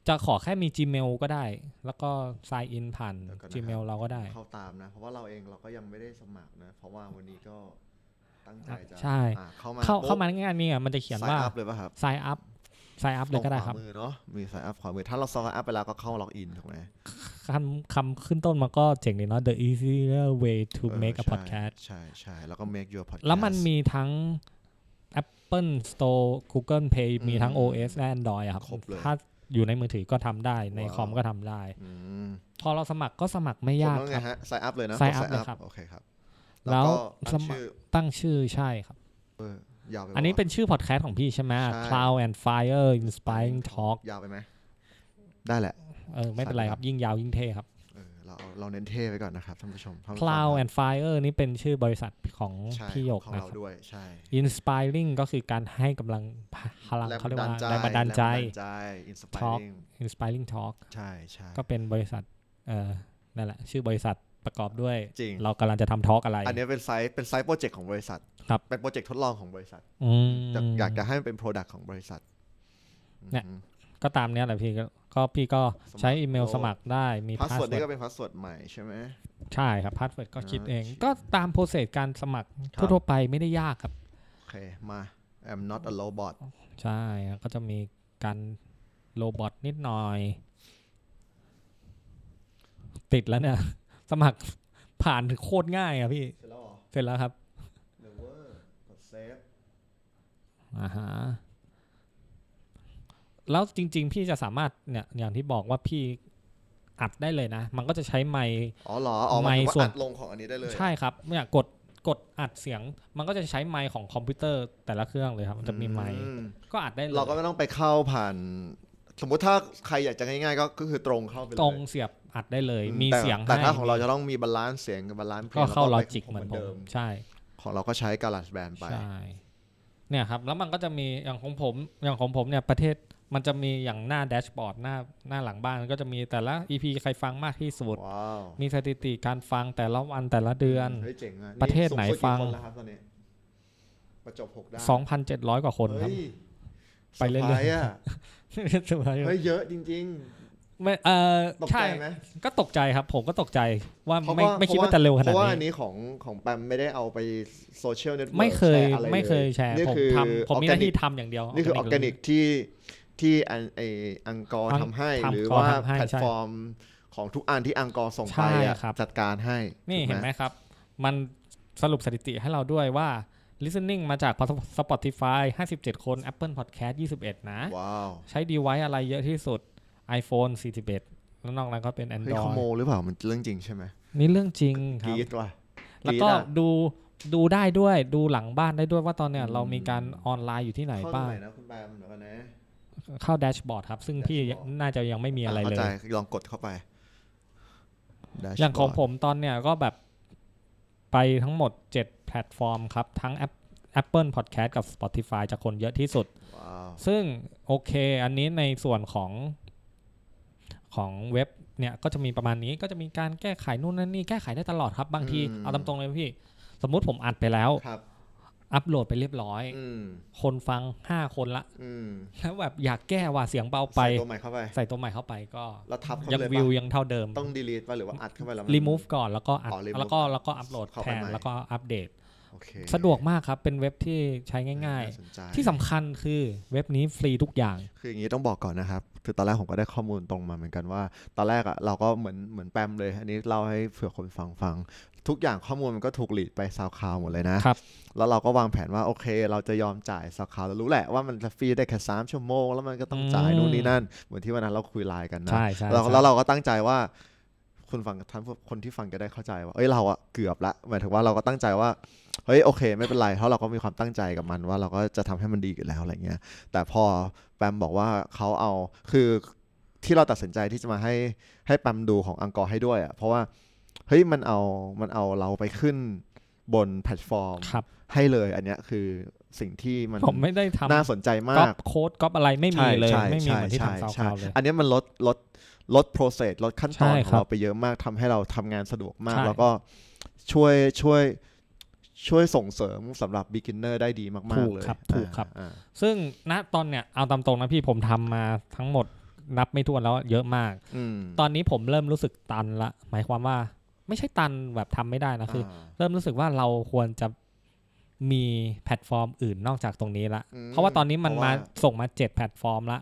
จะขอแค่มี Gmail ก็ได้ แล้วก็ sign in ผ่าน
เดี๋ยวก่อนนะครับ
Gmail เราก็ได้
เข้าตามนะ เพราะว่าเราเองเราก็ยังไม่ได้สมัครนะ เพราะว่าวันนี้ก็ตั้งใจจะ
ใช่
อ่าเข้ามา
เข้า
ปุ๊บ
เข้ามาง่ายๆนี่อ่ะมันจะเขียนว่า
sign up เลยป่ะครับ
sign up sign up เลยก็ได้ครับ
ตงขวามือเนาะมีสายอัพขวามือ ถ้าเราสายอัพไปแล้วก็เข้าล็อกอินถูกไหม
คำคำขึ้นต้นมันก็เจ๋งดีเนาะ the easier way to
เออ
make a
ใช่
podcast
ใช่ใช่แล้วก็ make your podcast
แล้วมันมีทั้ง Apple Store Google Play มีทั้ง
อืม
OS และ Android อะครับ
ครบเลย
ถ้าอยู่ในมือถือก็ทำได้ใน
ว้าว
คอมก็ทำได้
อืม
พอเราสมัครก็สมัครไม่ยาก
ผมต้อง
ครับ
ไงฮะสายอัพเลยนะ
sign
ก
up
sign
เลยครับ
โอเคครับ
แล้ว
ก็
ส
ตั้ง
มัคร
ชื่อ
ตั้งชื่อใช่ครับ
ยาวไปปะ
อันนี้เป็นชื่อพอดแคสต์ของพี่ใช่ไหม
ใช่
Cloud and Fire Inspiring Talk
ยาวไปไหมได้แหละ
เออไม่เป็นไรครับยิ่งยาวยิ่งเท่ครับ
เออเราเอาเราเน้นเท่ไว้ก่อนนะครับท่านผู้ชมท่านผู้ชม
Cloud and Fire นี่เป็นชื่อบริษัทของ
ใช่
พี่หยก
ของ
นะค
เรา
รับ
ด้วยใช่
Inspiring ก็คือการให้กำลังพลังเขาเรียกว่าแรงบันดาลใจ
แรงบันดาลใจ inspiring
Inspiring Talk
ใช่ใช่
ก็เป็นบริษัทเอ่อนั่นแหละ ชื่อบริษัทประกอบด้วย
จริง
เรากำลังจะทำทอล์กอะไร
อันเนี้ยเป็นไซต์เป็นไซต์โปรเจกต์ของบริษัท
ครับ
เป็นโปรเจกต์ทดลองของบริษัท
อืม
จะอยากจะให้มันเป็นโปรดักต์ของบริษัท
เนี่ย ก็ตามเนี้ยแหละพี่ก็ก็พี่ก็ใช้อีเมลสมัครได้มี
พาส
พาสเวิ
เวิร์
ร์
ด
ด
นี่ก็เป็นพาสเวิร์ดใหม่ใช่ไหม
ใช่ครับพาสเวิร์ดก็คิดเอง
อ่า
ก็ตามโปรเซสการสมัคร
ครับ
ทั่วๆไปไม่ได้ยากครับ
โอเคมา I'm not a robot
ใช่ครับก็จะมีการโรบอทนิดหน่อย ติดแล้วเนี่ย สมัครผ่านโคตรง่ายอะพี่
เสร็จแล้ว
เสร็จแล้ว
เหรอ
ครับ
เดอะเวอร์กด save
อ่าฮะ แล้วจริง ๆ พี่จะสามารถเนี่ยอย่างที่บอกว่าพี่อัดได้เลยนะ มันก็จะใช้ไมค์
อ๋อเหรออ๋อหมายถึ
ไม่
งว่า
ส่วน
อัดลงของอันนี้ได้เลย
ใช่ครับเนี่ยกดกดอัดเสียง มันก็จะใช้ไมค์ของคอมพิวเตอร์แต่ละเครื่องเลยครับมันจะมีไมค์
อื
ก็อัดได้เลย
เราก็ไม่ต้องไปเข้าผ่าน สมมุติถ้าใครอยากจะง่ายๆก็ก็คือตรงเข้าไปเลย
ตรงเสียบอัดได้เลย
อื
มี
แต่
เสียง
แต่
ให้
ถ้าของเราจะต้องมีบาลานซ์เสียงกับบาลานซ์เพล
ก็
ง
เข้าล
แว
อ
ไป
จิกเหมือนผ
เดิ
มใช่
ของเราก็ใช้การันแบนไป
ใช่เนี่ยครับแล้วมันก็จะมีอย่างของผมอย่างของผมเนี่ยประเทศมันจะมีอย่างหน้าแดชบอร์ดหน้าหน้าหลังบ้านก็จะมีแต่ละ EP ใครฟังมากที่สุด
ว้าว
มีสถิติการฟังแต่ละวันแต่ละเดือน
เฮ้ยเจ๋งอะนี่
ประเทศไหน
สูสุดกี่
ฟัง
คนแล้วครับตอนนี้ประจบหกด้าน
2,700 กว่าคนครับ
เฮ้ย
ไปเรื่อยๆ
สบาอะ
สบาย
เฮ้ยเยอะจริง
ไม่เออ
ๆ ตก
ใช่
ใจไหม
ก็ตกใจครับ ผมก็ตกใจว่า
เพราะ
ไม่ไม่คิดว่าจะเร็วขนาด
เพราะว่าอัน
นี้
นี้ของของแปมไม่ได้เอาไปโซเชียลเน็ต
ไม่เคย
อะไรล
ไม่เคยแชร์
นี่
ผม
คือ
ทำผมมีห
ออ
น้า
ร์แกก
ที่ทำอย่างเดียว
นี่คือออ
organic
ร์แกนิกที่ที่อันไออังกอร์
อัง
ทำให้
ทำ
หรือ
ก่อ
ว่า
ทำให้
แพลต
ใช่
ฟอร์มของทุกอันที่อังกอร์ส่ง
ใช่
ไปอะ
ครับ
จัดการให้
นี่
ถูก
เห็นไหมครับ มันสรุปสถิติให้เราด้วยว่า listening มาจาก Spotify 57 คน Apple Podcast 21 นะ
ว้าว
ใช้ device อะไรเยอะที่สุด iPhone 41 แล้วนอกนั้นก็เป็น
เฮ้ยขโม
Android
ยหรือเปล่า มันเรื่องจริงใช่ไหม
นี่เรื่องจริงค
ก
รับ
รีดว่ะ
แล้วก็
รี๊ดอะ
ดูดูได้ด้วยดูหลังบ้านได้ด้วยว่าตอนเนี้ยเรามีการออนไลน์อยู่ที่ไหน
เข้า
บ้า
ตรง ไหนนะคุณแปมเดี๋ยวกันนะ
เข้าแดชบอร์ดครับ ซึ่งพี่
dashboard
น่าจะยังไม่มีอะไรเล
อ่ะเข้าใจ
ย
ลองกดเข้าไป Dashboard
อย่างของผมตอนเนี้ยก็แบบไปทั้งหมด 7 แพลตฟอร์มครับ ทั้ง App- Apple Podcast กับ Spotify จะคนเยอะที่สุด
ว้าว
ซึ่งโอเค อันนี้ในส่วนของของเว็บเนี่ยก็จะมีประมาณนี้ก็จะมีการแก้ไขนู่นนั่นนี่แก้ไขได้ตลอดครับ บางที
อืม
เอาตามตรงเลยพี่ สมมุติผมอัดไปแล้ว
ครับ
อัปโหลดไปเรียบร้อย
อืม
คนฟัง 5 คนละ
อืม
แล้วแบบอยากแก้ว่าเสียงเบาไป
ใส่ตัวใหม่เข้าไป
ใส่ตัวใหม่เข้าไปก็
แล้วทับเข้า
ยั
ไป
ง
เลย
วิว
ปะ
ยังเท่าเดิม
ต้อง delete ป่ะหรือว่าอัดเข้าไปแล้วมัน
remove ก่อนแล้วก็อัด
อ๋อ remove
แล้วก็แล้วก็อัปโหลด
เข้า
แท
ไป
น
ใหม่
แล้วก็อัปเดต
โอเค
สะดวกมากครับ เป็นเว็บที่ใช้ง่าย
น่สนใจ
ๆ ที่สำคัญคือเว็บนี้ฟรีทุกอย่าง
คืออย่างนี้ต้องบอกก่อนนะครับ คือตอนแรกผมก็ได้ข้อมูลตรงมาเหมือนกันว่า ตอนแรกอะ่ะเราก็เหมือนเหมือนแปมเลย อันนี้เล่าให้เผื่อคนฟังฟัง ทุกอย่างข้อมูลมันก็ถูกหลีดไปซาวคาวหมดเลยนะ
ครับ
แล้วเราก็วางแผนว่าโอเค เราจะยอมจ่ายซาวคาวเรารู้แหละว่ามันจะฟรีได้แค่สามชั่วโมง แล้วมันก็ต้องจ่ายนู่นนี่นั่น เหมือนที่วันนั้นเราคุยไลน์กันนะ
ใช่ใช่
เรา
ใช่
แล้วเราก็ตั้งใจว่าคุณฟังท่านผู้คนที่ฟังจะได้เข้าใจว่าเอ้ยเราอะเกือบละหมายถึงว่าเราก็ตั้งใจว่าเฮ้ยโอเค ไม่เป็นไรเพราะเราก็มีความตั้งใจกับมันว่าเราก็จะทำให้มันดีอยู่แล้วอะไรเงี้ย แต่พอแปมบอกว่าเขาเอาคือที่เราตัดสินใจที่จะมาให้ให้แปมดูของอังกอร์ให้ด้วยอะเพราะว่าเฮ้ยมันเอามันเอาเราไปขึ้นบนแพลตฟอร์ม
ครับ
ให้เลย อันเนี้ยคือสิ่งที่มัน
ผมไม่ได้ทำ
น่าสนใจ
ก๊
มา
อก ปโค้ดก๊อปอะไรไม่มีเลย
ใช่
ไม่มีเห
ใช่
มือนที่
ใช่
ทำซาวค
ใช่
ลาวเลย
อันเนี้ยมันลดลดลด process ลดขั้นตอน
ใช่
ขอ
ค
ง
รับ
เราไปเยอะมากทำให้เราทำงานสะดวกมาก
ใช่
แล้วก็ช่วยช่วยช่วยส่งเสริมสำหรับ beginner ได้ดีมาก ๆ เลย
ครับถูกครับ
อ่า
ซึ่งณตอนเนี้ยเอาตามตรงนะพี่ผมทำมาทั้งหมดนับไม่ถ้วนแล้วเยอะมาก
อืม
ตอนนี้ผมเริ่มรู้สึกตันละ หมายความว่าไม่ใช่ตันแบบทำไม่ได้นะคือ
า
เริ่มรู้สึกว่าเราควรจะมีแพลตฟอร์มอื่นนอกจากตรงนี้ละ
อืม
เพราะว่าตอนนี้มัน
เพราะ
มา
ว่า
ส่งมาเจ็ดแพลตฟอร์มละ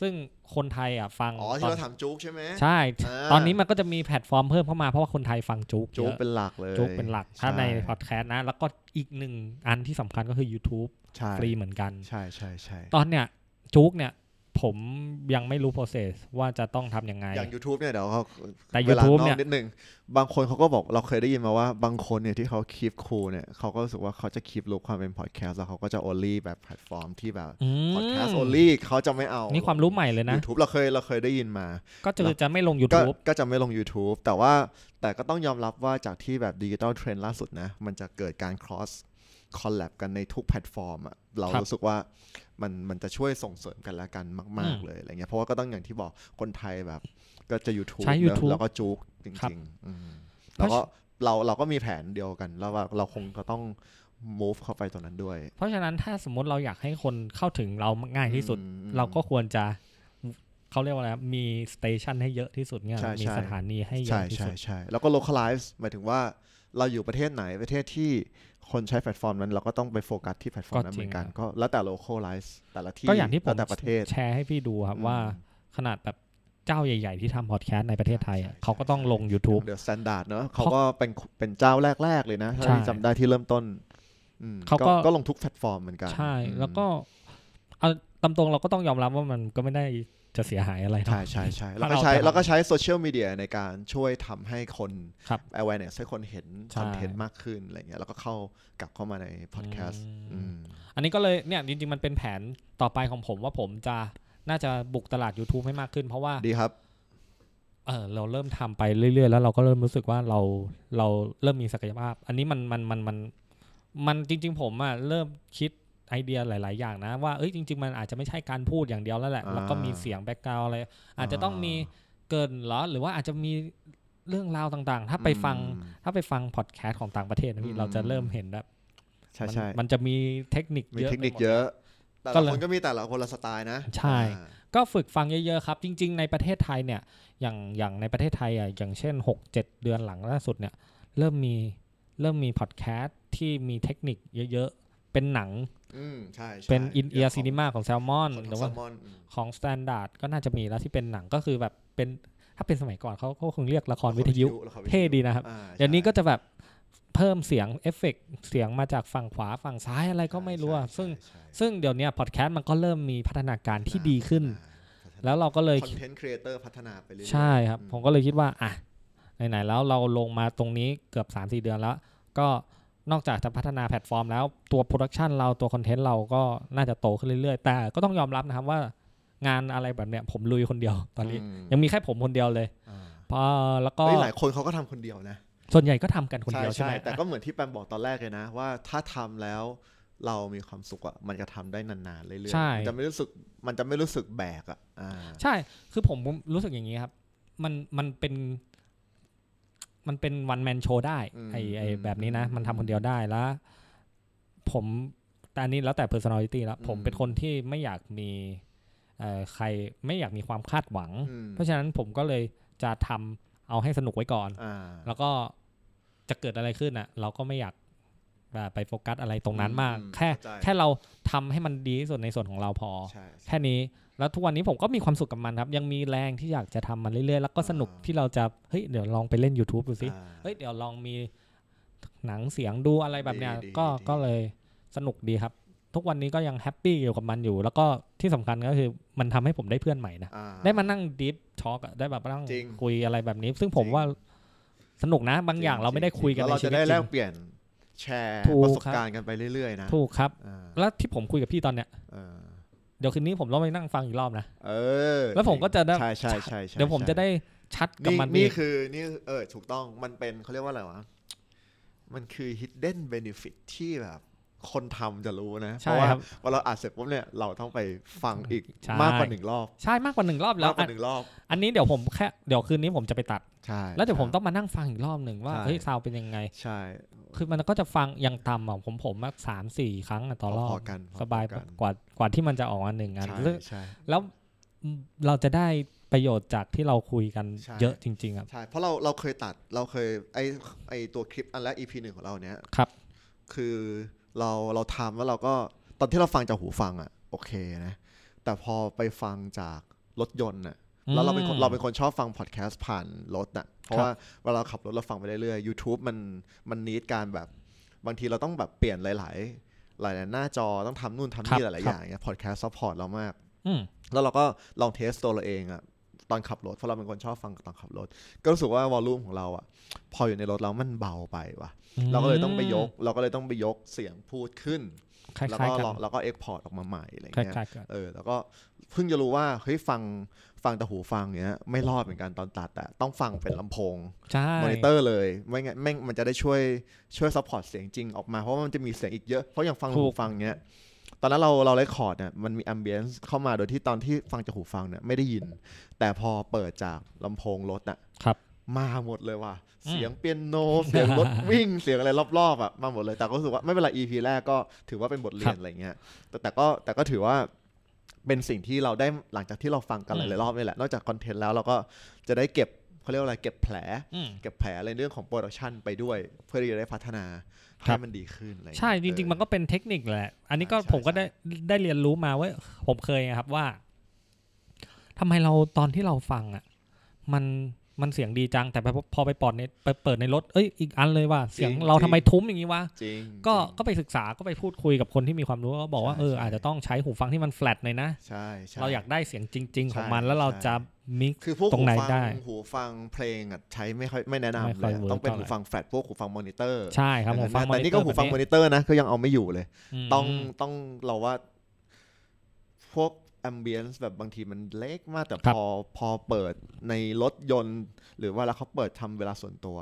ซึ่งคนไทยอ่ะฟัง
อ๋อ
ตอ
ที่
น
เราทำจุกใช่ไหม
ใช่
อ่า
ตอนนี้มันก็จะมีแพลตฟอร์มเพิ่มเข้ามาเพราะว่าคนไทยฟังจุก
จุก
เยอะ
เป็นหลักเลย
จุกเป็นหลัก ถ้าในพ
ช่
อดแคสต์นะ แล้วก็อีกหนึ่งอันที่สำคัญก็คือ YouTube
ใช่
ฟรีเหมือนกัน
ใช่ใช่ใช่
ตอนเนี้ยจุกเนี่ย ผมยังไม่รู้ process ว่าจะต้องทำยังไง
อย่าง YouTube เนี่ยเดี๋ยวเขา
แต่
เวลา
YouTube
นอก
เนี่ย
นิดนึงบางคนเขาก็บอกเราเคยได้ยินมาว่าบางคนเนี่ยที่เขาคีปคูลเนี่ยเขาก็รู้สึกว่าเขาจะคีปลุคความเป็นพอดแคสต์แล้วเขาก็จะ only แบบแพลตฟอร์มที่แบบ
อืม
พอดแคสต์ only เขาจะไม่เอา
นี่ความรู้ใหม่เลยนะ
ยูทูบเราเคยเราเคยได้ยินมา
ก็คือจะไม่ลง
ก็
YouTube
ก็จะไม่ลง YouTube แต่ว่าแต่ก็ต้องยอมรับว่าจากที่แบบดิจิ a ลเทรนด์ล่าสุดนะ มันจะเกิดการ cross collab กันในทุกแพลตฟอร์มอะเรา
ครับ
รู้สึกว่ามันมันจะช่วยส่งเสริมกันและกันมาก
อืม
ๆ เลยอะไรเงี้ยเพราะว่าก็ต้องอย่างที่บอกคนไทยแบบก็จะ YouTube
ใช้
เนอะ
YouTube
แล้วก็จุกจ
ครับ
ริงๆอืมแล้วก็เราเราก็มีแผนเดียวกัน แล้วว่าเราคงก็ต้อง move เข้าไปตรงนั้นด้วย
เพราะฉะนั้นถ้าสมมติเราอยากให้คนเข้าถึงเราง่ายที่สุด
อืม
เราก็ควรจะเขาเรียกว่าอะไรมีสเตชันให้เยอะที่สุดเนี่ย
ใช่
มี
ใช่
สถานีให้เย
ใช่
อะที่
ใช่
สุด
ใช่แล้วก็ localize หมายถึงว่าเราอยู่ประเทศไหนประเทศที่คนใช้แพลตฟอร์มนั้น เราก็ต้องไปโฟกัสที่แพลตฟอร์มนั้น
ก็จริง
เหมือนกัน
ครับ
ก็แล้วแต่ localize แต่ละที่
ก็อย่างที่ผม
แล้วแต่ประเทศ
แชร์ให้พี่ดูครับ
อืม
ว่าขนาดแบบเจ้าใหญ่ ๆ ที่ทำพอดแคสต์ในประเทศไทยอะ
ใช่ใช่
เขาก็ต้องลง YouTube
เดี๋ยว standard เนอะเขาก็เป็นเป็นเจ้าแรก ๆ เลยนะถ้า
ใช่
ที่จำได้ที่เริ่มต้นอืม
เขาก็
ก็ลงทุกแพลตฟอร์มเหมือนกัน
ใช่
อืม
แล้วก็เอา ตามตรงเราก็ต้องยอมรับว่ามันก็ไม่ได้จะเสียหายอะไรเนอะ
ใช่ใช่ใช่แล้ว
ถ้า
ก็
เรา
ใช้
จะ
แล้วก็ใช้โซเชียลมีเดียในการช่วยทำให้คน
ครับ
awareness ให้คนเห็น
ใช่
คอนเทนต์มากขึ้นอะไรเงี้ยแล้วก็เข้ากลับเข้ามาในพอดแคสต์อืม
อันนี้ก็เลยเนี่ยจริง ๆ มันเป็นแผนต่อไปของผมว่าผมจะน่าจะบุกตลาด YouTube ให้มากขึ้น เพราะว่า
ดีครับ
เออเราเริ่มทำไปเรื่อย ๆ แล้วเราก็เริ่มรู้สึกว่าเราเราเริ่มมีศักยภาพ อันนี้มันมันมันมันมันจริง ๆ ผมอะเริ่มคิดไอเดียหลาย ๆ อย่างนะ ว่าเอ้ยจริง ๆ มันอาจจะไม่ใช่การพูดอย่างเดียวแล้วแหละ
อ่า
แล้วก็มีเสียงแบ็กกราวอะไรอาจจะต้องมีเกินเหรอหรือว่าอาจจะมีเรื่องราวต่างๆ ถ้าไปฟัง
อืม
ถ้าไปฟังพอดแคสต์ของต่างประเทศนะ
อื
พี่
ม
เราจะเริ่มเห็นแบบ
ใช่
มัน
ใช่
มันจะมีเทคนิค
มี
เยอะ
เทคนิค
ไปหมด
เยอะ แต่
ก็
ละ
เลย
คนก็มีแต่ละคนละสไตล์นะ
ใช่
อ่า
ก็ฝึกฟังเยอะๆครับ จริง ๆ ในประเทศไทยเนี่ย อย่างอย่างในประเทศไทยอ่ะอย่างเช่น 6 7 เดือนหลังล่าสุดเนี่ย เริ่มมีเริ่มมีพอดแคสต์ที่มีเทคนิคเยอะๆ เป็นหนัง
อืมใช่ใช่
เป็นอินเอีย
ดี๋
ร์
ว
ซีนีมาของแซลมอน
ของ
หรือ
แซ
ว่า
ลมอนอืม
ของสแตนดาร์ดก็น่าจะมีแล้วที่เป็นหนังก็คือแบบเป็นถ้าเป็นสมัยก่อนเขาเขาคงเรียกละครวิทยุ
ละครวิทยุ
เท่ดีนะครับ
อ่า
เดี๋ยวนี้ก็
ใช่
จะแบบเพิ่มเสียงเอฟเฟกต์เสียงมาจากฝั่งขวาฝั่งซ้ายอะไรก็ไม่รู้อะ
ใช่
ซึ่ง
ใช่ใช่
ซึ่งเดี๋ยวเนี้พอดแคสต์มันก็เริ่มมีพัฒนาการที่ดีขึ้น
อ่าพัฒนา
แล้วเราก็เลย
คอนเทนต์ครีเอเตอร์พัฒนาไปเรื่อยๆ
ใช่ครับ
อืม
ผมก็เลยคิดว่าอ่ะไหนๆแล้วเราลงมาตรงนี้เกือบ 3 4 เดือนแล้ว ก็นอกจากจะพัฒนาแพลตฟอร์มแล้วตัวโปรดักชันเราตัวคอนเทนต์เราก็น่าจะโตขึ้นเรื่อยๆ แต่ก็ต้องยอมรับนะครับว่างานอะไรแบบเนี้ยผมลุยคนเดียวตอนนี้
ม
ยังมีแค่ผมคนเดียวเลย
อ่า
พอแล้วก็
เฮ้ยหลายคนเขาก็ทำคนเดียวนะ
ส่วนใหญ่ก็ทำกันคนเดียวใช่ไหม
แต่ก็เหมือนที่แปมบอกตอนแรกเลยนะ ว่าถ้าทำแล้วเรามีความสุขอะมันจะทำได้นานๆเรื่อยๆมันจะไม่รู้สึกมันจะไม่รู้สึกแบกอะอ่า
ใช่ คือผมรู้สึกอย่างนี้ครับ มันมันเป็น มันเป็นวันแมนโชได้ไอไอแบบนี้นะ มันทำคนเดียวได้แล้ว ผมแต่อันนี้แล้วแต่ personality แล้วผมเป็นคนที่ไม่อยากมีเอ่อใครไม่อยากมีความคาดหวัง
อืม
เพราะฉะนั้นผมก็เลยจะทำเอาให้สนุกไว้ก่อน
อ่า
แล้วก็จะเกิดอะไรขึ้นอ่ะ เราก็ไม่อยากแบบไปโฟกัสอะไรตรงนั้นมาก
อืม
แค่
เข้าใจ
แค่เราทำให้มันดีที่สุดในส่วนของเราพอ
ใช่ใช่
แค่นี้แล้วทุกวันนี้ผมก็มีความสุขกับมันครับ ยังมีแรงที่อยากจะทำมันเรื่อยๆ แล้วก็สนุก
อ่า
ที่เราจะเฮ้ยเดี๋ยวลองไปเล่น YouTube ดูสิ
อ่า
เฮ้ยเดี๋ยวลองมีหนังเสียงดูอะไรแบบเนี้ย
ดีดี
ก็
ดี
ก็เลยสนุกดีครับ ทุกวันนี้ก็ยังแฮปปี้อยู่กับมันอยู่ แล้วก็ที่สำคัญก็คือมันทำให้ผมได้เพื่อนใหม่นะ
อ่
ได้มานั่งดิฟทอล์กได้แบบมานั่ง
จริง
คุยอะไรแบบนี้ ซึ่งผมว่าสนุกนะ บางอย่างเราไม่ได้คุยกัน
แล้ว
ใน
เรา
ชี
จะ
วิต
ได้
จ
แล
ริ
ก
ง
เปลี่ยนแชร์
ถูก
ประสบการณ์กันไปเรื่อยๆนะ
ถูกครับ
อ่า
แล้วที่ผมคุยกับพี่ตอนเนี้ย
เออ
เดี๋ยวคืนนี้ผมต้องไปนั่งฟังอีกรอบนะ
เออ
แล้วผมก็จะได้
ใช่ใช่ใช่ใช่
เดี๋ยวผม
ใช่
จะได้ชัดกับ
นี่
มัน
นี่
อีก
คือนี่เออถูกต้องมันเป็นเขาเรียกว่าอะไรวะ มันคือ hidden benefit ที่แบบ คนทำจะรู้นะ
ใช่
เพราะว่า
ครับ
พอเราอัดเสร็จปุ๊บเนี่ยเราต้องไปฟังอีก
ใช่
มากกว่าหนึ่งรอบ
ใช่มากกว่าหนึ่งรอบแล้
มาว กกว่าหนึ่งรอบ
อันนี้เดี๋ยวผมแค่เดี๋ยวคืนนี้ผมจะไปตัด
ใช่
แล้วเดี๋ยวผม
ใช่
ต้องมานั่งฟังอีกรอบหนึ่งว่า
ใช่
เฮ้ยซาวด์เป็นยังไง
ใช่
คือมันก็จะฟังอยังต่ำของผมผมมาสามสี่ครั้งอะต่อรอ
พ
บ
ๆกันพอ
ส
ๆ
บาย
กัน
กว่ากว่าที่มันจะออกมาหนึ่งงาน
ใช่
ซึ่ง
ใช่
แล้วเราจะได้ประโยชน์จากที่เราคุยกัน
ใช่
เยอะจริงๆครับ
ใช่เพราะเราเราเคยตัดเราเคยไอไอตัวคลิปอันแรก EP หนึ่งของเราเนี้ย
ครับ
คือเราเราทำแล้วเราก็ตอนที่เราฟังจากหูฟังอ่ะโอเคนะ แต่พอไปฟังจากรถยนต์อ่ะ แล้วเราเป็นคน
อืม
เราเป็นคนชอบฟังพอดแคสต์ผ่านรถน่ะ เพราะว่าเวลาเราขับรถเราฟังไปเรื่อยๆ YouTube มันมันนิดการแบบ บางทีเราต้องแบบเปลี่ยนหลาย ๆ หลายๆหน้าจอต้องทำนู่นทำนี่
ค
ห
รับ
ลาย
ค
ๆอ
รับ
ย่างเงี้ยพอดแคสต์ซัพพอร์ตเรามาก
อืม
แล้วเราก็ลองเทสตัวเราเองอะตอนขับรถ เพราะเราเป็นคนชอบฟังตอนขับรถ ก็รู้สึกว่าวอลลุ่มของเราอะพออยู่ในรถแล้วมันเบาไปว่ะ เราก็เลยต้องไปยก เราก็เลยต้องไปยกเสียงพูดขึ้น
คล้า
แล้ว
ย
ก็
ๆกัน
ลองแล้วก็เอ็กพอร์ตออกมาใหม่อะไร
ค
เงี้ย
ล้ายๆกัน
เออแล้วก็เพิ่งจะรู้ว่าเฮ้ยฟังฟังแต่หูฟังเนี้ยไม่รอดเหมือนกันตอนตัดอะต้องฟังเป็นลำโพง
ใช่
มอนิเตอร์เลยไม่งั้นแม่งมันจะได้ช่วยช่วยซัพพอร์ตเสียงจริงออกมาเพราะว่ามันจะมีเสียงอีกเยอะ เพราะอย่างฟังหูฟังเนี้ยตอนนั้นเราเราเลคคอร์ดเนี่ยมันมีแอมเบียนซ์เข้ามาโดยที่ตอนที่ฟังจากหูฟังเนี่ยไม่ได้ยิน แต่พอเปิดจากลำโพงรถน่ะ
ครับ
มาหมดเลยว่ะ
อืม
เสียงเปียโนเสียงรถวิ่งเสียง (laughs) อะไรรอบๆอ่ะมาหมดเลยแต่ก็รู้สึกว่าไม่เป็นไร EP แรกก็ถือว่าเป็นบทเรียนอะไรเงี้ย แต่แต่ก็แต่ก็ถือว่าเป็นสิ่งที่เราได้หลังจากที่เราฟังกัน
อืม
หลายๆรอบนี่แหละ นอกจากคอนเทนต์แล้วเราก็จะได้เก็บเขาเรียกว่าอะไรเก็บแผล
อืม
เก็บแผลในเรื่องของโปรดักชันไปด้วย เพื่อที่จะได้พัฒนา
ครั
ให้
บ
มันดีขึ้นอะไร
ใช่จริง ๆ มัน นก็เป็นเทคนิคแหละ อันนี้ก็
ใช่ใช่
ผมก็ได้ได้เรียนรู้มาเว่าผมเคยนะครับว่าทำไมเราตอนที่เราฟังอ่ะ มัน มันเสียงดีจังแต่พอพอไปปอดในไปเปิดในรถเอ้ยอีกอันเลยว่าเสียง
จริง
เรา
จริง
ทำไมทุ้มอย่างนี้วะ
จริง
ก็
จริง
ก็ไปศึกษาก็ไปพูดคุยกับคนที่มีความรู้ก็บอกว่า
ใช่
เออ
ใช่
อาจจะต้องใช้หูฟังที่มันแฟลตหน่อยนะ
ใช่ใช่
เราอยากได้เสียงจริง ๆ ของ
ใช่
มันแล้วเรา
ใช่
จะมิก
คือพวก
ตร
หู
งไหน
ฟั
ได้
งหูฟังเพลงอ่ะใช้ไม่ค่อยไม่แนะ
ไม่
นำ
ค่
เล
อย
ย
เวิร์
อะ
ก
ต้องเป็น
เท่าไหร่
หูฟังแฟลตพวกหูฟังมอนิเตอร์
ใช่ครับผมฟัง
แต่นี่ก็
monitor
หูฟัง
แบบ
มอนิเตอร์นะก็ยังเอาไม่อยู่เลย
อืม
ต้องต้องเราว่า พวกแอมเบียนซ์แบบบางทีมันเล็กมากแต่
ครับ
พอพอเปิดในรถยนต์ หรือว่าแล้วเขาเปิดทำเวลาส่วนตัว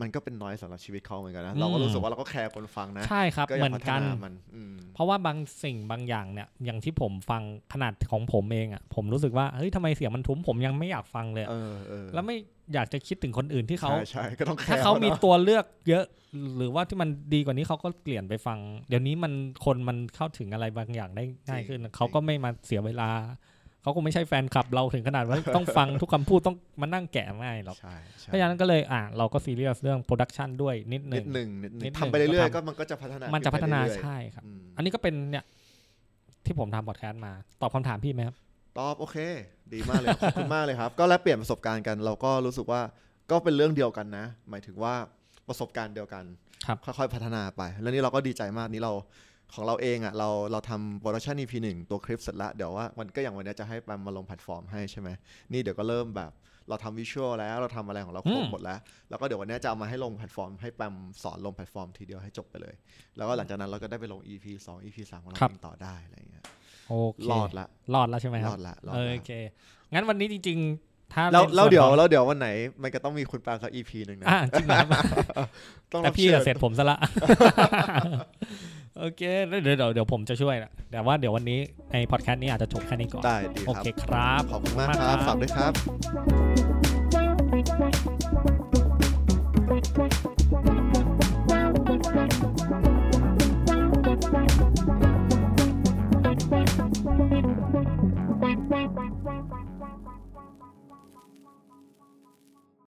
มันก็เป็นน้อยสำหรับชีวิตเขาเหมือนกันนะเราก็รู้สึกว่าเราก็แคร์คนฟังนะ
ใช่ครับ
ก็อ
เหมื
ยา
อกน
พัฒ
กัน
นามันอืม
เพราะว่าบางสิ่งบางอย่างเนี่ยอย่างที่ผมฟังขนาดของผมเองอะ่ะผมรู้สึกว่าเฮ้ยทำไมเสียงมันทุ้มผมยังไม่อยากฟังเลยอะ
เออเออ
แล้วไม่อยากจะคิดถึงคนอื่นที่เขา
ใช่ใช่ก็ต้องแค
ถ้า
ร์
เขามี
นะ
ตัวเลือกเยอะ หรือว่าที่มันดีกว่านี้เขาก็เปลี่ยนไปฟัง เดี๋ยวนี้มันคนมันเข้าถึงอะไรบางอย่างได้ง่ายขึ้น
จริง
เขาก็ไม่มาเสียเวลา เขาคงไม่ใช่แฟนคลับเราถึงขนาดว่า ต้องฟังทุกคำพูดต้องมานั่งแกะไม่หรอก
ใช่ใช่
เพราะฉะนั้นก็เลยอ่ะเราก็ซีเรียสเรื่องโปรดักชันด้วยนิดห
นิ
นึ่
ด
ง
หนึ่งนิดห
นิ
นึ่
ด
ง
หนึ่ง
ทำไปเรื่อย
ก็
ๆ
ทำ
ก็มันก็จะพัฒนา
มันจะพัฒนา
ขึ้ไปเรื่อยๆ
ใช่ครับ
อืม
อันนี้ก็เป็นเนี่ยที่ผมทำพอดแคสต์มา ตอบคำถามพี่ไหมครับ
ตอบโอเค ดีมากเลย ขอบคุณมากเลยครับ ก็แลกเปลี่ยนประสบการณ์กัน เราก็รู้สึกว่าก็เป็นเรื่องเดียวกันนะ หมายถึงว่าประสบการณ์เดียวกัน
ครับ
ค่อยๆพัฒนาไป แล้วนี่เราก็ดีใจมากนี่เราของเราเองอ่ะเราเราทำโปรดักชัน EP หนึ่งตัวคลิปเสร็จละเดี๋ยวว่ามันก็อย่างวันเนี้ยจะให้แปมมาลงแพลตฟอร์มให้ใช่ไหมนี่เดี๋ยวก็เริ่มแบบเราทำวิชวลแล้วเราทำอะไรของเราครบหมดแล้ว แล้วก็เดี๋ยววันเนี้ยจะเอามาให้ลงแพลตฟอร์มให้แปมสอนลงแพลตฟอร์มทีเดียวให้จบไปเลย แล้วก็หลังจากนั้นเราก็ได้ไปลง EP 2 EP 3ของเรา
ครับ
เองต่อได้อะไรอย่างเงี้ย
โอเค
รอดละ
รอดแล้วใช่ไหมค
ร
รับ
อดละรอด
เออ
ละ
โอเค งั้นวันนี้จริง ๆ ถ้า
แล้ว
ป็น
แล้ว
ส่น
เดี๋ยว
ของ
แล้วเดี๋ยววันไหนมันก็ต้องมีคุณแปมสัก EP หนึ่งนะ
อ่ะจริงเหรอครับ
ต้อง
แต่
บ
พี่
ชิญ
อะเสร็จผม
(laughs)
ซะละ โอเคแล้วเดี๋ยวเดี๋ยวเดี๋ยวผมจะช่วยนะแต่ว่าเดี๋ยววันนี้ในพอดแคสต์นี้อาจจะจบแค่นี้ก่อน
ได้ดี
โอ
ครับ
เคครับ
ขอบคุณมากครับฝากด้วยครับ
Thank